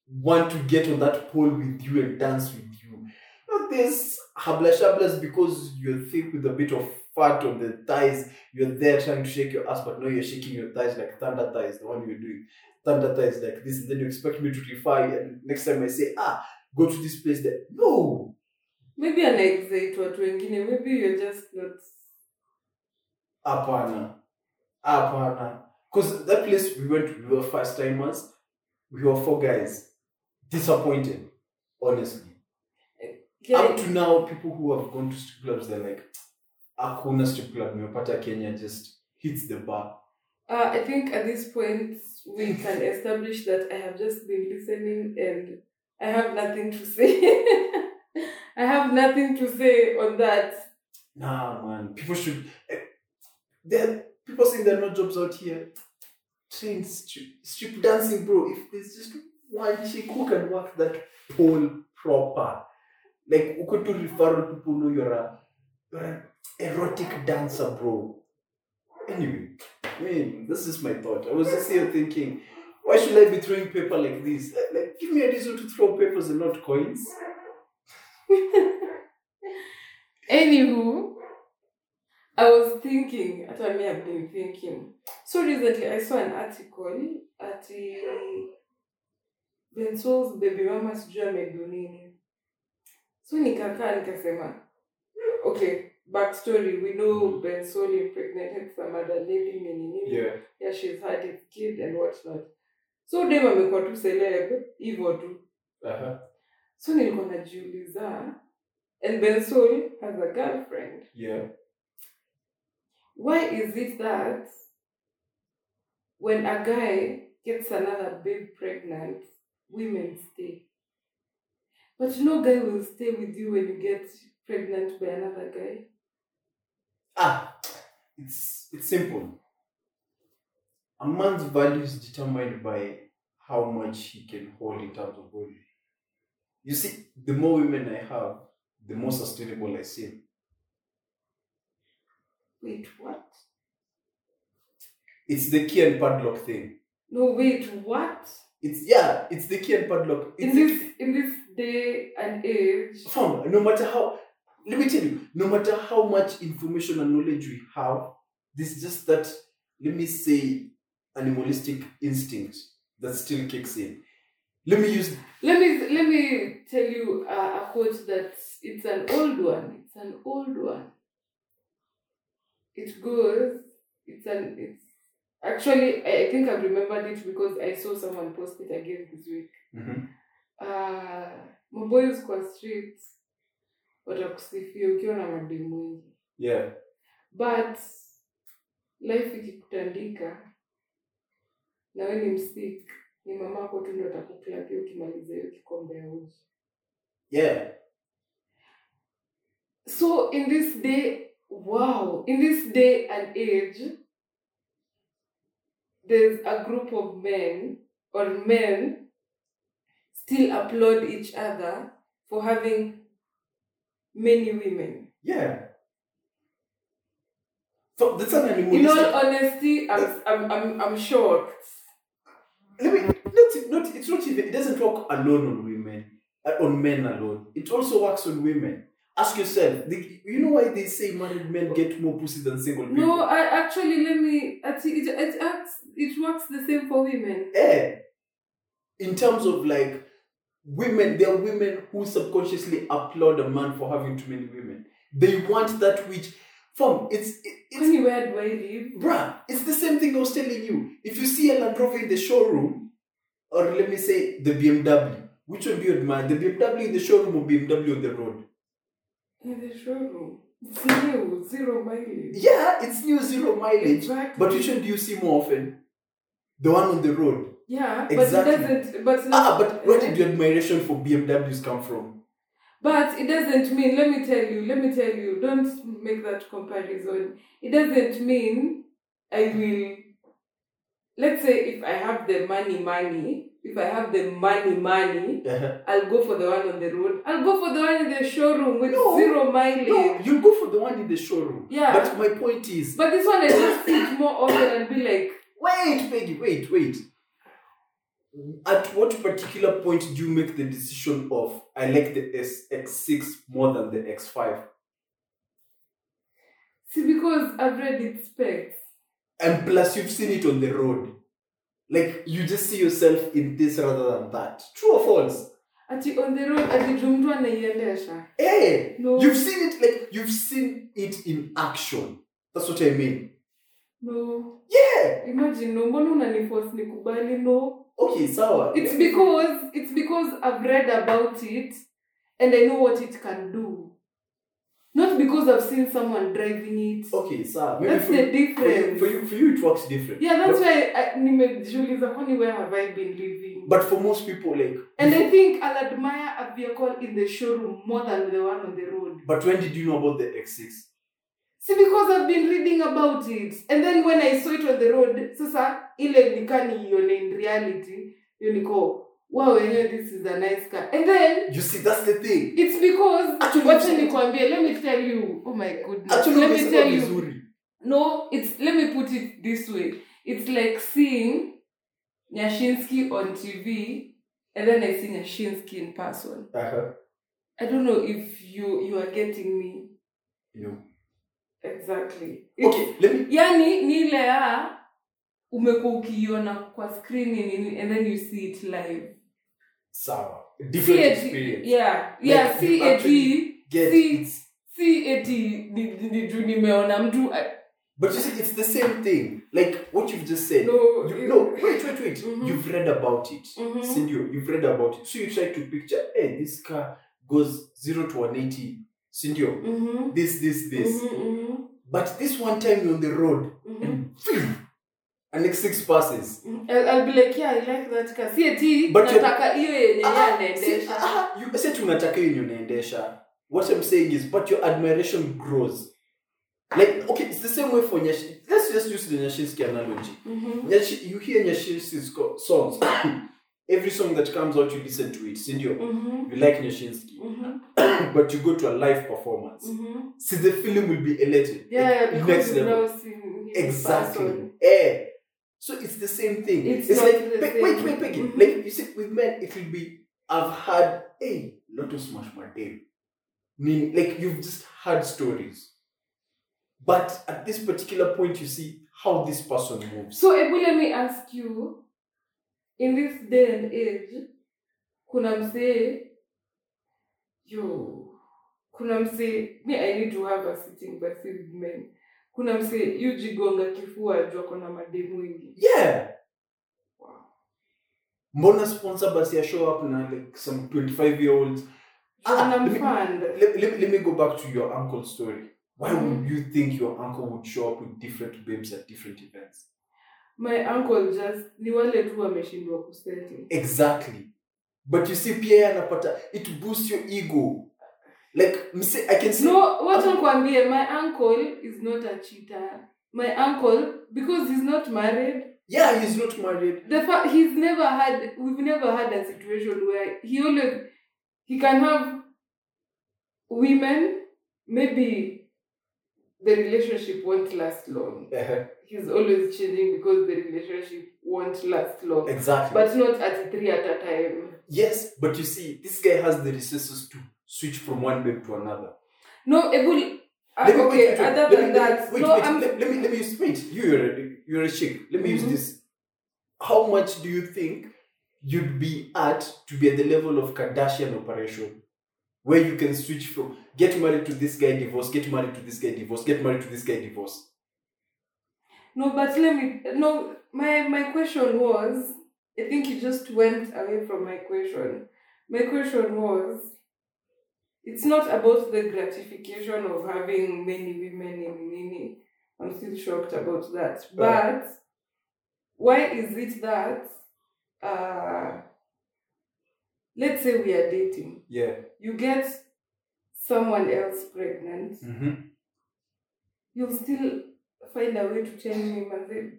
S1: want to get on that pole with you and dance with you. Not this habla shablas because you're thick with a bit of fat on the thighs. You're there trying to shake your ass, but now you're shaking your thighs like thunder thighs, the one you're doing. Thunder thighs like this, and then you expect me to refine. And next time I say, ah, go to this place there. No!
S2: Maybe an exit watu wengine. Maybe you're just not.
S1: Apana. Apana. Because that place we went to, we were first timers. We were four guys. Disappointed, honestly. Up to now, people who have gone to strip clubs, they're like, Akuna strip club, Mepata Kenya just hits the bar.
S2: Uh, I think at this point we can establish that I have just been listening and I have nothing to say. [laughs] I have nothing to say on that.
S1: Nah, man. People should. eh, There, people saying there are no jobs out here. Train strip, strip dancing, bro. If there's just one chick who can work that pole proper, like who could do referral people know you're a, you're an erotic dancer, bro. Anyway, I mean, this is my thought. I was just here thinking, why should I be throwing paper like this? Eh, Like, give me a reason to throw papers and not coins.
S2: Anywho, I was thinking, actually, me, I've been thinking. So recently I saw an article at Bensol's baby mama sijui amedunini So nikakaa nikasema, okay, backstory, we know Bensol impregnated some other lady nini nini. yeah, she's had a kid and whatnot. So dem amekuwa tu celeb hivyo tu.
S1: Uh-huh.
S2: So nilikuwa najiuliza and Bensoul has a girlfriend.
S1: Yeah.
S2: Why is it that when a guy gets another babe pregnant, women stay? But no guy will stay with you when you get pregnant by another guy.
S1: Ah, it's it's simple. A man's value is determined by how much he can hold in terms of women. You see, the more women I have, the more sustainable I seem.
S2: Wait, what?
S1: It's the key and padlock thing.
S2: No, wait, what?
S1: It's yeah, it's the key and padlock.
S2: In
S1: It's
S2: this in this day and age,
S1: fam, no matter how let me tell you, no matter how much information and knowledge we have, there's just that let me say animalistic instinct that still kicks in. Let me use
S2: Let me let me tell you a, a quote that it's an old one. It's an old one. It goes. It's an it's actually I, I think I've remembered it because I saw someone post it again this week.
S1: Mhm.
S2: Uh, maboys kwa street watakusifia ukiwa na mademu wengi
S1: yeah.
S2: but life ikikutandika na we ni msik ni mamako tu ndo atakuklapia ukimaliza hiyo kikombe ya uji
S1: Yeah.
S2: So in this day, wow, in this day and age, there's a group of men or men still applaud each other for having many women.
S1: Yeah. So that's an
S2: In all
S1: animalistic.
S2: honesty, I'm I'm I'm, I'm shocked.
S1: Let me, not, not, it's not even, it doesn't work alone on women, uh, on men alone. It also works on women. Ask yourself, the, you know why they say married men get more pussy than single people?
S2: No, I actually let me. I think It it acts- it works the same for women.
S1: Eh. In terms of like women, there are women who subconsciously applaud a man for having too many women. They want that which, from it's it, it's
S2: Anywhere do I live?
S1: Bruh, it's the same thing I was telling you. If you see a Land Rover in the showroom, or let me say the BMW. Which one do you admire? The BMW in the showroom or BMW on the road?
S2: In the showroom. It's new, zero mileage.
S1: Yeah, it's new zero mileage.
S2: Exactly.
S1: But which one do you see more often? The one on the road.
S2: Yeah,
S1: Exactly.
S2: but it doesn't. But
S1: Ah, but where did your admiration for BMWs come from? [laughs]
S2: But it doesn't mean, let me tell you, let me tell you, don't make that comparison. It doesn't mean I will, let's say if I have the money, money, if I have the money, money,
S1: Uh-huh.
S2: I'll go for the one on the road. I'll go for the one in the showroom with
S1: No.
S2: zero mileage.
S1: No, you go for the one in the showroom.
S2: Yeah.
S1: But my point is,
S2: But this one, I just see it more often and be like,
S1: wait, Peggy, wait, wait. At what particular point do you make the decision of I like the S- X6 more than the X5?
S2: see, because I've read its specs.
S1: And plus, you've seen it on the road. Like, you just see yourself in this rather than that. True or false?
S2: Ati on the road, ati juu mtu anaiendesha.
S1: Hey!
S2: No,
S1: Eh, You've seen it like you've seen it in action. That's what I mean.
S2: no.
S1: Yeah.
S2: Imagine, no, mbona unaniforce nikubali, no.
S1: Okay, sawa.
S2: It's because it's because I've read about it and I know what it can do. Not because I've seen someone driving it.
S1: okay, sawa. Maybe
S2: That's
S1: Oh, for,
S2: the
S1: you, for you,
S2: difference.
S1: for you, for you, it works different.
S2: Yeah, that's
S1: but,
S2: why I nimejiuliza kwani where have I been living?
S1: but for most people, like.
S2: And I think I'll admire a vehicle in the showroom more than the one on the road.
S1: But when did you know about the X6?
S2: See, because I've been reading about it. And then when I saw it on the road, sasa ile nikani ione in reality, you niko, wow, wenyewe this is a nice car. And then
S1: You see, that's the thing.
S2: It's because
S1: Actually,
S2: wacha
S1: it's-
S2: nikwambie let me tell you oh my goodness
S1: Actually,
S2: let me
S1: umesema
S2: tell you
S1: vizuri.
S2: no it's let me put it this way it's like seeing Nyashinsky on TV and then I see Nyashinsky in person
S1: Uh-huh.
S2: I don't know if you you are getting me
S1: No.
S2: exactly It's-
S1: Okay, let me.
S2: yani ni ile ya umekuwa ukiiona kwa screen nini and then you see it live
S1: Sawa. Different
S2: CAG
S1: experience.
S2: yeah yeah
S1: Like, you
S2: CAG
S1: actually Get
S2: see-
S1: it.
S2: si eti ni- ni- ni juu nimeona mtu a-
S1: But you see, it's the same thing. Like what you've just said.
S2: no,
S1: You-
S2: it-
S1: no, wait, wait, wait.
S2: Mhm.
S1: You've read about it.
S2: Mhm.
S1: Sindio, you've read about it. So you try to picture, hey, this car goes 0 to 180. Sindio,
S2: Mhm,
S1: this, this, this.
S2: mhm, mhm,
S1: But this one time you're on the road
S2: mhm.
S1: and phew, an X6 passes.
S2: I'll- I'll be like, yeah, I like that car. Si eti
S1: But you-
S2: nataka hiyo yenye
S1: Ah,
S2: yeye
S1: see,
S2: anaendesha.
S1: ah, you said unataka hiyo yenye unaendesha. What I'm saying is, but your admiration grows. Like, okay, it's the same way for Nyash. Let's just use the Nyashinsky analogy.
S2: Mhm,
S1: Nyash- you hear Nyashinsky's co- songs. [coughs] Every song that comes out, you listen to it. Sindio,
S2: mhm,
S1: you like Nyashinsky.
S2: mhm,
S1: but you go to a live performance.
S2: mhm.
S1: See, the film will be elated.
S2: Yeah,
S1: Like,
S2: because you've now seen him in person.
S1: Exactly. Eh. So it's the same thing.
S2: It's not
S1: like,
S2: the
S1: pe-
S2: same.
S1: wait, wait, wait.
S2: Mhm.
S1: Like, you see, with men, it will be, I've had eh, a lot of smash my day. eh. Mean, like, you've just heard stories. But at this particular point, you see how this person moves.
S2: so ebu let me ask you in this day and age kuna msee yo kuna msee me i need to have a sitting by with men kuna msee yujigonga kifua jua kona mademu wingi
S1: Yeah.
S2: Wow.
S1: Mbona sponsor basi ya show up na like some 25 year olds Ah,
S2: anamfand
S1: let, let, let me go back to your uncle story. Why
S2: Mm-hmm.
S1: would you think your uncle would show up with different babes at different events?
S2: my uncle just ni wale tu wameshindwa kuseti
S1: Exactly. But you see, Pierre Napata, it boosts your ego. Like, mse- I can see.
S2: no wacha nikwambie my uncle is not a cheater my uncle because he's not married
S1: Yeah, he's not married.
S2: the fa- he's never had we've never had a situation where he always he can have women maybe the relationship won't last long
S1: Uh-huh.
S2: he's always changing because the relationship won't last long
S1: Exactly.
S2: but not at three at a time
S1: yes, but you see, this guy has the resources to switch from one babe to another.
S2: no ebul uh,
S1: Let me-
S2: okay
S1: wait, wait, wait. Let
S2: other
S1: me-
S2: than
S1: let me-
S2: that
S1: Wait,
S2: no
S1: wait,
S2: i'm
S1: let, let me let me use wait. You're a, you're a chick. Let me use
S2: Mhm.
S1: this. How much do you think you'd be at to be at the level of Kardashian operation, where you can switch from get married to this guy, divorce, get married to this guy, divorce, get married to this guy, divorce?
S2: no but let me no my my question was I think you just went away from my question. My question was it's not about the gratification of having many women in Nini. I'm still shocked about that.
S1: Uh.
S2: But why is it that, uh, let's say we are dating,
S1: Yeah.
S2: you get someone else pregnant,
S1: Mm-hmm.
S2: you'll still find a way to tell me, Maze,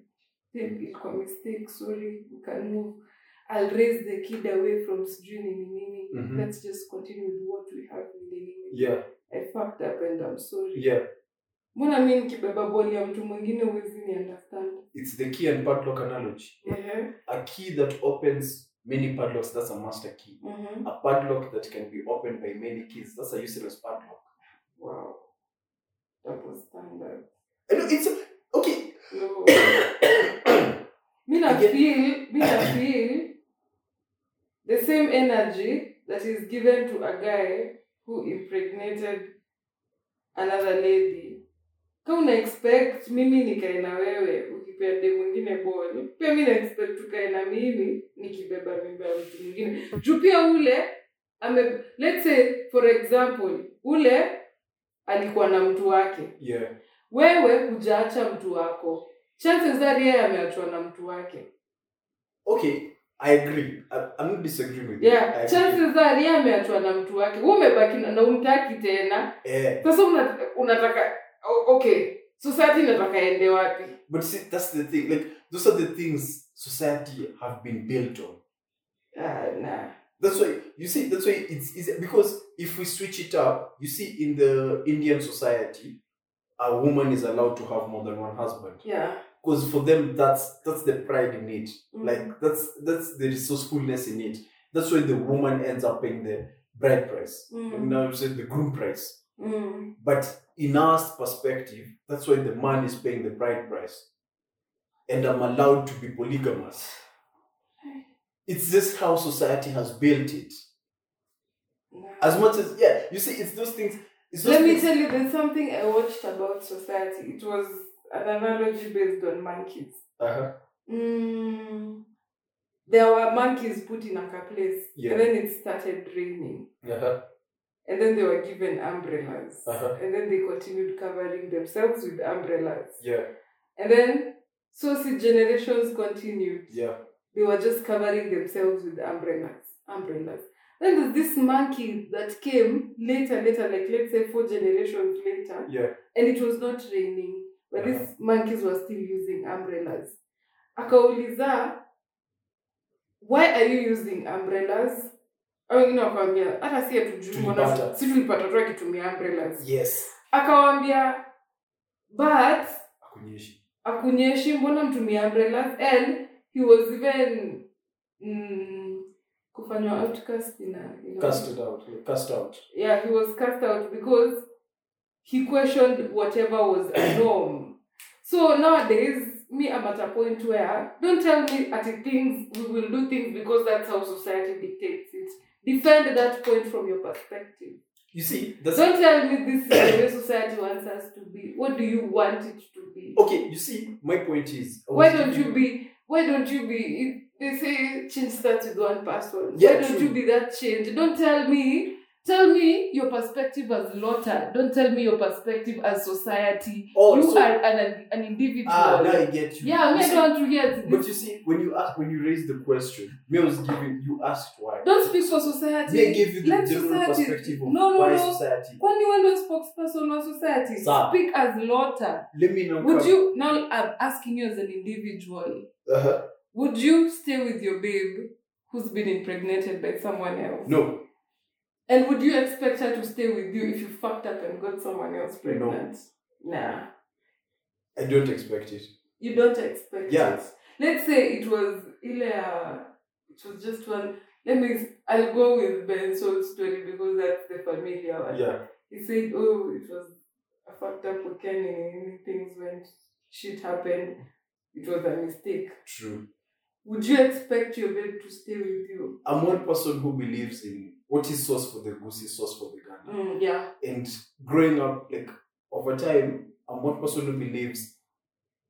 S2: babe, it was a mistake, sorry, we can move. I'll raise the kid away from sijui nini nini.
S1: Mhm.
S2: Let's just continue with what we have in the nini.
S1: Yeah.
S2: I fucked up and I'm sorry.
S1: Yeah.
S2: Mbona mi nikibeba boli ya mtu mwingine huwezi ni understand?
S1: It's the key and padlock analogy.
S2: Yeah.
S1: A key that opens many padlocks, that's a master key.
S2: Mm-hmm.
S1: A padlock that can be opened by many keys, that's a useless padlock.
S2: Wow. Double standard.
S1: I know it's okay.
S2: No.
S1: [coughs]
S2: mi na
S1: Again.
S2: feel, mi na feel the same energy that is given to a guy who impregnated another lady. Ka una expect mimi nikae na wewe ukipea dem mwingine boni, pia mi na expect ukae na mimi nikibeba mimba ya mtu mwingine. Juu pia ule ame, let's say for example, ule alikuwa na mtu wake
S1: Yeah.
S2: wewe hujaacha mtu wako chances are yeye ameachwa na mtu wake
S1: Okay. I agree. I, I'm not disagreeing with
S2: yeah
S1: you. I agree.
S2: chances are yeye ameachwa na mtu wake wewe umebaki na na umtaki tena
S1: Eh,
S2: sasa una, unataka o- okay society inataka ende wapi
S1: but see, that's the thing. Like those are the things society have been built on.
S2: ah, nah.
S1: That's why you see. That's why it's easy because if we switch it up, you see, in the Indian society, a woman is allowed to have more than one husband
S2: yeah
S1: because for them that's that's the pride in it.
S2: Mm.
S1: Like that's that's the resourcefulness in it. That's why the woman ends up paying the bride price.
S2: Mm.
S1: Now you say the groom price.
S2: mm.
S1: But in our perspective, that's why the man is paying the bride price. And I'm allowed to be polygamous. It's just how society has built it.
S2: nah.
S1: As much as yeah, you see, it's those things. It's those
S2: let me
S1: things-
S2: tell you there's something i watched about society it was an analogy based on monkeys
S1: Uh-huh.
S2: mm. there were monkeys put in a place
S1: Yeah.
S2: and then it started raining
S1: Uh-huh.
S2: And then they were given umbrellas.
S1: Uh-huh.
S2: And then they continued covering themselves with umbrellas.
S1: Yeah,
S2: And then, so see, generations continued.
S1: yeah,
S2: They were just covering themselves with umbrellas. Umbrellas. Then there's this monkey that came later, later, like let's say four generations later,
S1: yeah.
S2: and it was not raining, but
S1: Uh-huh.
S2: these monkeys were still using umbrellas. Akauliza, why are you using umbrellas? Au wengine wakawambia hata si hatujui, mbona
S1: Tulipata.
S2: si tulipata tu akitumia umbrellas.
S1: Yes.
S2: akawambia but
S1: Akunyeshi.
S2: akunyeshi mbona mtumia umbrellas and he was even mm, kufanywa outcast in a, in a-
S1: Cast it out. Cast out.
S2: yeah he was cast out because he questioned whatever was a norm so nowadays me i'm at a point where don't tell me at things we will do things because that's how society dictates it defend that point from your perspective
S1: You see, that's
S2: Don't tell me this is the way society wants us to be. What do you want it to be?
S1: okay. You see, my point is. I was
S2: Why don't
S1: giving
S2: you be? Why don't you be? It, they say change starts with one person.
S1: Yeah,
S2: why don't
S1: true.
S2: you be that change? Don't tell me. Tell me your perspective as Lotta. Don't tell me your perspective as society.
S1: Oh,
S2: you
S1: so-
S2: are an, an individual.
S1: Ah, now I get you.
S2: yeah,
S1: You
S2: me I
S1: see,
S2: don't want to hear
S1: But
S2: this.
S1: you see, when you ask, when you raised the question, me was giving. You asked why.
S2: Don't speak for society.
S1: They give you the
S2: Let
S1: general
S2: society-
S1: perspective of
S2: No, no,
S1: why
S2: no.
S1: society.
S2: Kwani wewe ndio spokesperson wa society?
S1: Sawa.
S2: Speak as Lotta.
S1: Let me know.
S2: Would you now? I'm asking you as an individual.
S1: Uh-huh.
S2: Would you stay with your babe who's been impregnated by someone else?
S1: No,
S2: And would you expect her to stay with you if you fucked up and got someone else pregnant? Nah,
S1: I don't expect it.
S2: you don't expect
S1: Yeah.
S2: it. Let's say it was ile, uh, it was just one. Let me. I'll go with Benson's story because that's the familiar one.
S1: Yeah.
S2: He said, "Oh, it was a fucked up weekend and things went shit happened. It was a mistake."
S1: True.
S2: Would you expect your babe to stay with you?
S1: I'm one person who believes in what is sauce for the goose is sauce for the gander.
S2: Mm, yeah.
S1: And growing up, like over time, I'm one person who believes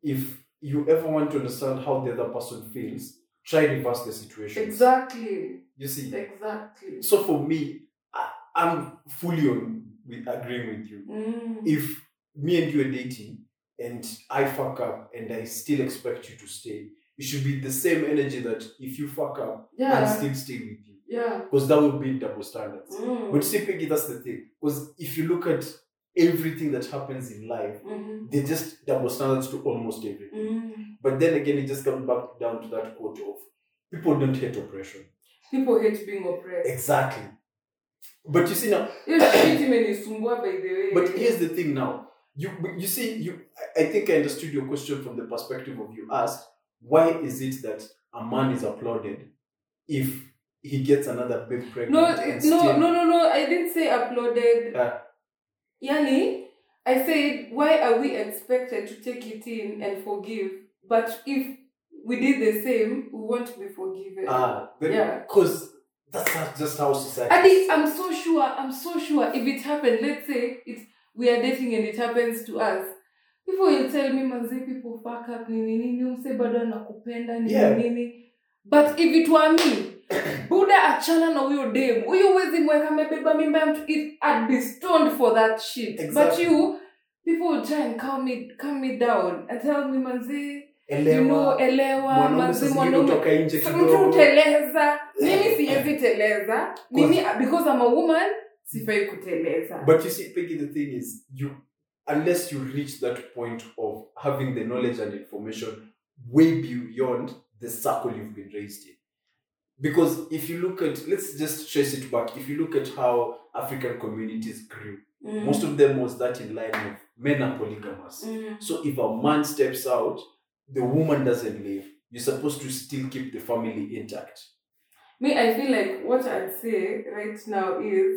S1: if you ever want to understand how the other person feels, try reverse the situation.
S2: Exactly.
S1: You see.
S2: Exactly.
S1: So for me, I, I'm fully on with agreeing with you.
S2: Mm.
S1: If me and you are dating and I fuck up and I still expect you to stay, it should be the same energy that if you fuck up,
S2: yeah.
S1: I'll still stay with you.
S2: yeah.
S1: Because that would be double standards.
S2: Mm.
S1: But see, Peggy, that's the thing. Because if you look at everything that happens in life,
S2: Mhm.
S1: they're just double standards to almost everything.
S2: Mm.
S1: But then again, it just comes back down to that quote of people don't hate oppression.
S2: People hate being oppressed.
S1: Exactly. But you see now,
S2: Hiyo shit imenisumbua by the way.
S1: but here's the thing now. You but you see, you I- I think I understood your question from the perspective of you asked, why is it that a man is applauded if he gets another babe pregnant?
S2: no,
S1: and
S2: it-
S1: still-
S2: no, no, no, no. I didn't say uploaded.
S1: Yeah.
S2: Yani, I said, why are we expected to take it in and forgive? But if we did the same, we won't be forgiven.
S1: Ah,
S2: Yeah.
S1: Because that's how- just how society.
S2: Adi, I'm so sure, I'm so sure if it happened, let's say it's we are dating and it happens to us. People will tell me, manzi, people fuck up, nini, nini, umse bado nakupenda, nini,
S1: Yeah.
S2: nini. But if it were
S1: [coughs]
S2: me, buda achana na huyo dem, huyo wezi mweka amebeba mimba ya mtu, it, I'd be stoned for that shit. But
S1: Exactly.
S2: you, people will try and calm me, calm me down and tell me, manzi, you
S1: Elewa,
S2: know, elewa,
S1: mwanaume
S2: manzi,
S1: sasa
S2: mwanaume
S1: kutoka nje
S2: mtu
S1: kidogo.
S2: uteleza
S1: Eh,
S2: mimi siwezi teleza mimi because I'm a woman sifai kuteleza
S1: But you see, Peggy, the thing is, you unless you reach that point of having the knowledge and information way beyond the circle you've been raised in. Because if you look at, let's just trace it back. If you look at how African communities grew,
S2: Mm.
S1: most of them was that in line of men are polygamous.
S2: Mm.
S1: So if a man steps out, the woman doesn't leave. You're supposed to still keep the family intact.
S2: me i feel like what i'd say right now is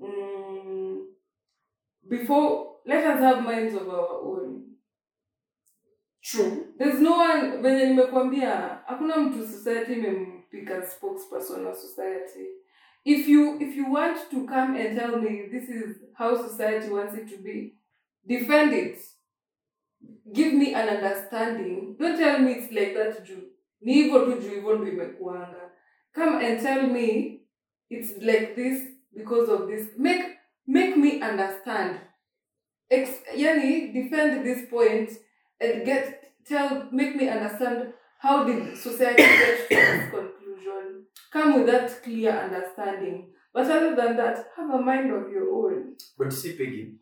S2: mm, before let us have minds of our own
S1: True.
S2: there's no one venye nimekwambia hakuna mtu society imempika spokesperson wa society if you if you want to come and tell me this is how society wants it to be defend it give me an understanding don't tell me it's like that juu ni hivyo tu juu hivyo ndo imekuanga come and tell me it's like this because of this make make me understand Ex- yani defend this point and get tell make me understand how did society get to this conclusion come with that clear understanding but other than that have a mind of your own
S1: But you see, Peggy,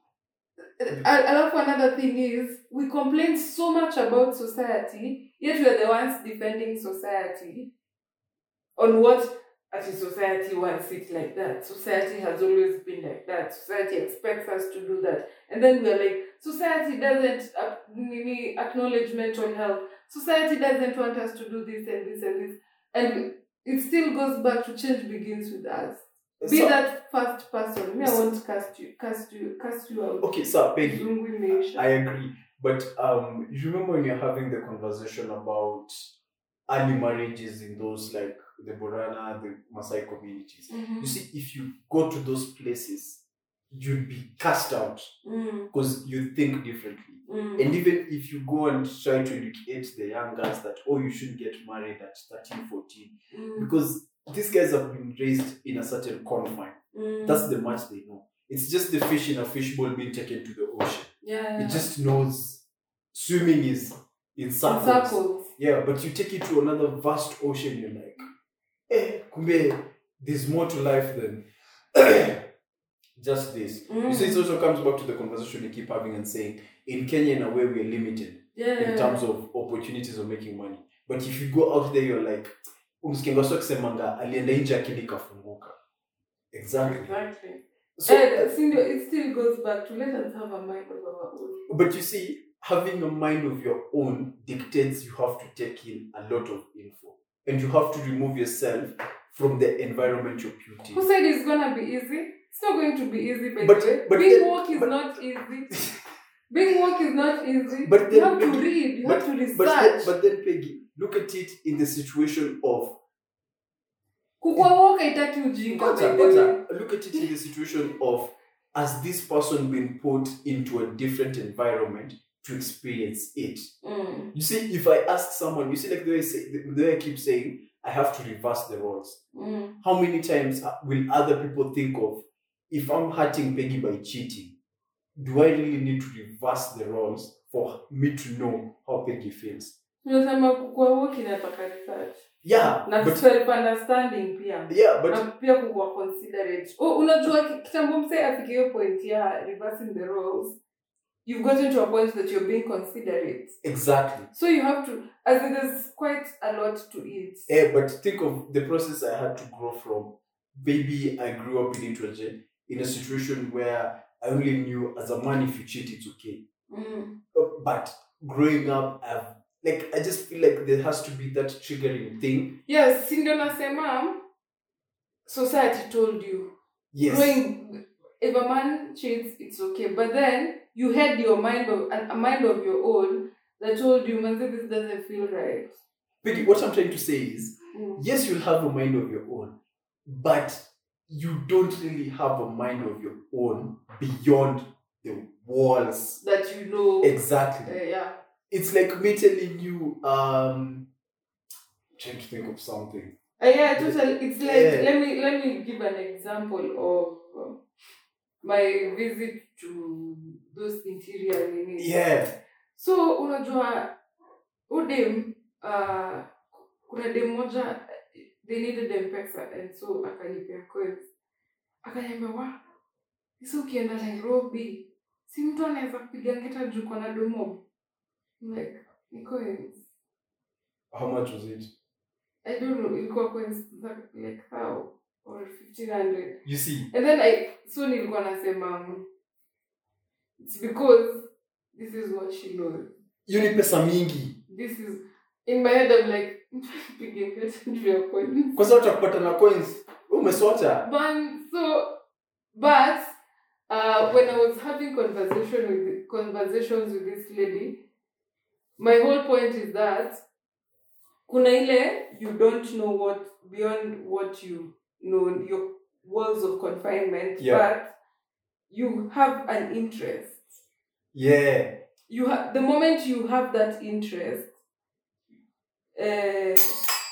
S2: Al- alafu another thing is we complain so much about society yet we are the ones defending society on what actually society wants it like that society has always been like that society expects us to do that and then we're like society doesn't uh, nini, acknowledge mental health society doesn't want us to do this and this and this and it still goes back to change begins with us be
S1: so-
S2: that first person me i won't cast you cast you cast you out
S1: okay, so Peggy,
S2: Mzungu imeisha.
S1: I agree. But um, you remember when you're having the conversation about early marriages in those like the Borana, the Maasai communities.
S2: Mhm.
S1: You see, if you go to those places, you'd be cast out
S2: Mm,
S1: because you think differently.
S2: mm,
S1: And even if you go and try to educate the young guys that, oh, you should get married at 13, 14,
S2: mm,
S1: because these guys have been raised in a certain confine.
S2: mm.
S1: That's the much they know. It's just the fish in a fishbowl being taken to the ocean.
S2: yeah, yeah.
S1: It just knows swimming is in circles.
S2: circles.
S1: Yeah, but you take it to another vast ocean, you're like, eh, kumbe, there's more to life than [coughs] just this. You see, it
S2: Mm.
S1: also comes back to the conversation we keep having and saying, in Kenya, in a way, we're limited
S2: Yeah.
S1: in terms of opportunities of making money. But if you go out there, you're like, umskinga akisemanga alienda nje akili ikafunguka. Exactly.
S2: Exactly.
S1: So,
S2: Eh, Cindy, it still goes back to let us have a mind of our own.
S1: But you see, having a mind of your own dictates you have to take in a lot of info and you have to remove yourself from the environment you're put
S2: Who
S1: in.
S2: said it's gonna be easy? It's not going to be easy, by
S1: But-
S2: the way.
S1: but
S2: Being
S1: then-
S2: woke is
S1: but-
S2: not easy. Being woke is not
S1: [laughs]
S2: easy.
S1: But
S2: you
S1: then-
S2: have to read, you have to research.
S1: But then, but then, Peggy, look at it in the situation of.
S2: Kukua woke haitaki ujinga, by
S1: Ngoja,
S2: the way.
S1: ngoja. Look at it in the situation of has this person been put into a different environment to experience it.
S2: Mm.
S1: You see, if I ask someone, you see, like the way I, say, the way I keep saying, I have to reverse the roles.
S2: Mm.
S1: How many times uh, will other people think of if I'm hurting Peggy by cheating? Do I really need to reverse the roles for me to know how Peggy feels?
S2: tunasema kukua huo kinataka research
S1: Yeah,
S2: na
S1: but,
S2: kutuelip understanding pia
S1: yeah, but
S2: na pia kukua considerate oh, unajua ki- kitambo msee afike hiyo point ya reversing the roles you've gotten to a point that you're being considerate
S1: exactly.
S2: so you have to as it is quite a lot to eat
S1: Yeah, Eh, but think of the process I had to grow from. Maybe I grew up in Itroje in a situation where I only knew as a man if you cheat it's okay. Uh,
S2: mm.
S1: But growing up, I've like I just feel like there has to be that triggering thing.
S2: yes si ndio nasema society told you
S1: Yes.
S2: Knowing if a man cheats, it's okay. But then you had your mind of a a mind of your own that told you, man, this doesn't feel right.
S1: Peggy, what I'm trying to say is yes, you'll have a mind of your own, but you don't really have a mind of your own beyond the walls.
S2: That you know,
S1: Exactly.
S2: uh, yeah.
S1: it's like me telling you um trying to think of something
S2: Uh, yeah, totally. It's like
S1: Yeah.
S2: let me let me give an example of um, my visit to those interior units.
S1: yeah
S2: so unajua udem uh, kuna dem moja they needed mpesa and so akanipea coins akaniambia wa sisi ukienda nairobi si mtu anaweza kupiga ngeta juu kona domo I'm like ni coins
S1: how much was it
S2: i don't know ilikuwa coins za- like how or 1500
S1: you see
S2: and then I so nilikuwa nasema um, it's because this is what she knows
S1: unipesa mingi
S2: this is in my head I'm like [laughs] piging attention to your coins.
S1: kwanza utakupata na coins umesota
S2: But so but uh, when I was having conversation with conversations with this lady, my whole point is that kuna ile you don't know what beyond what you know your walls of confinement,
S1: Yeah.
S2: but you have an interest.
S1: yeah
S2: you ha- the moment you have that interest uh,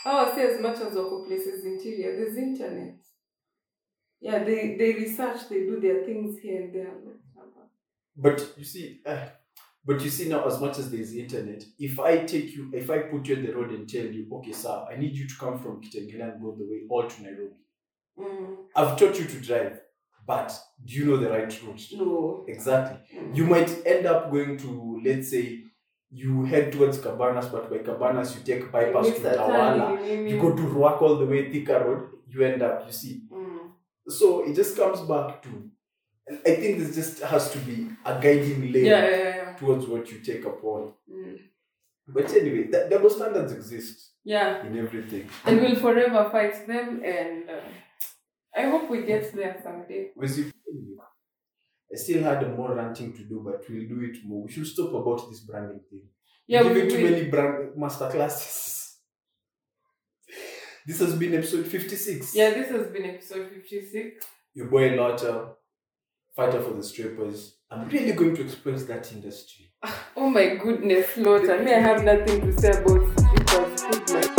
S2: oh, I say as much as local places interior there's internet yeah they they research they do their things here and there
S1: but you see uh, but you see now as much as there is internet if i take you if i put you on the road and tell you okay sir i need you to come from kitengela and go the way all to nairobi
S2: mm,
S1: i've taught you to drive but do you know the right route
S2: no
S1: exactly
S2: Mm.
S1: you might end up going to let's say you head towards Cabanas, but by Cabanas you take bypass to
S2: Miss Atani,
S1: Tawala.
S2: mimi.
S1: You go to Ruak all the way Thika Road, you end up, you see.
S2: Mm.
S1: So it just comes back to I think this just has to be a guiding lane
S2: yeah yeah yeah, yeah.
S1: towards what you take upon.
S2: Mm.
S1: But anyway, th- double standards exist
S2: yeah
S1: in everything.
S2: and we'll forever fight them and uh, I hope we get there someday
S1: Was you- I still had more ranting to do, but we'll do it more. We should stop about this branding thing.
S2: yeah we
S1: giving too
S2: will
S1: many brand master classes. [laughs] This has been episode 56.
S2: yeah this has been episode 56
S1: Your boy Lotta, fighter for the strippers. I'm really going to expose that industry.
S2: oh my goodness Lord I mean I have nothing to say about strippers goodness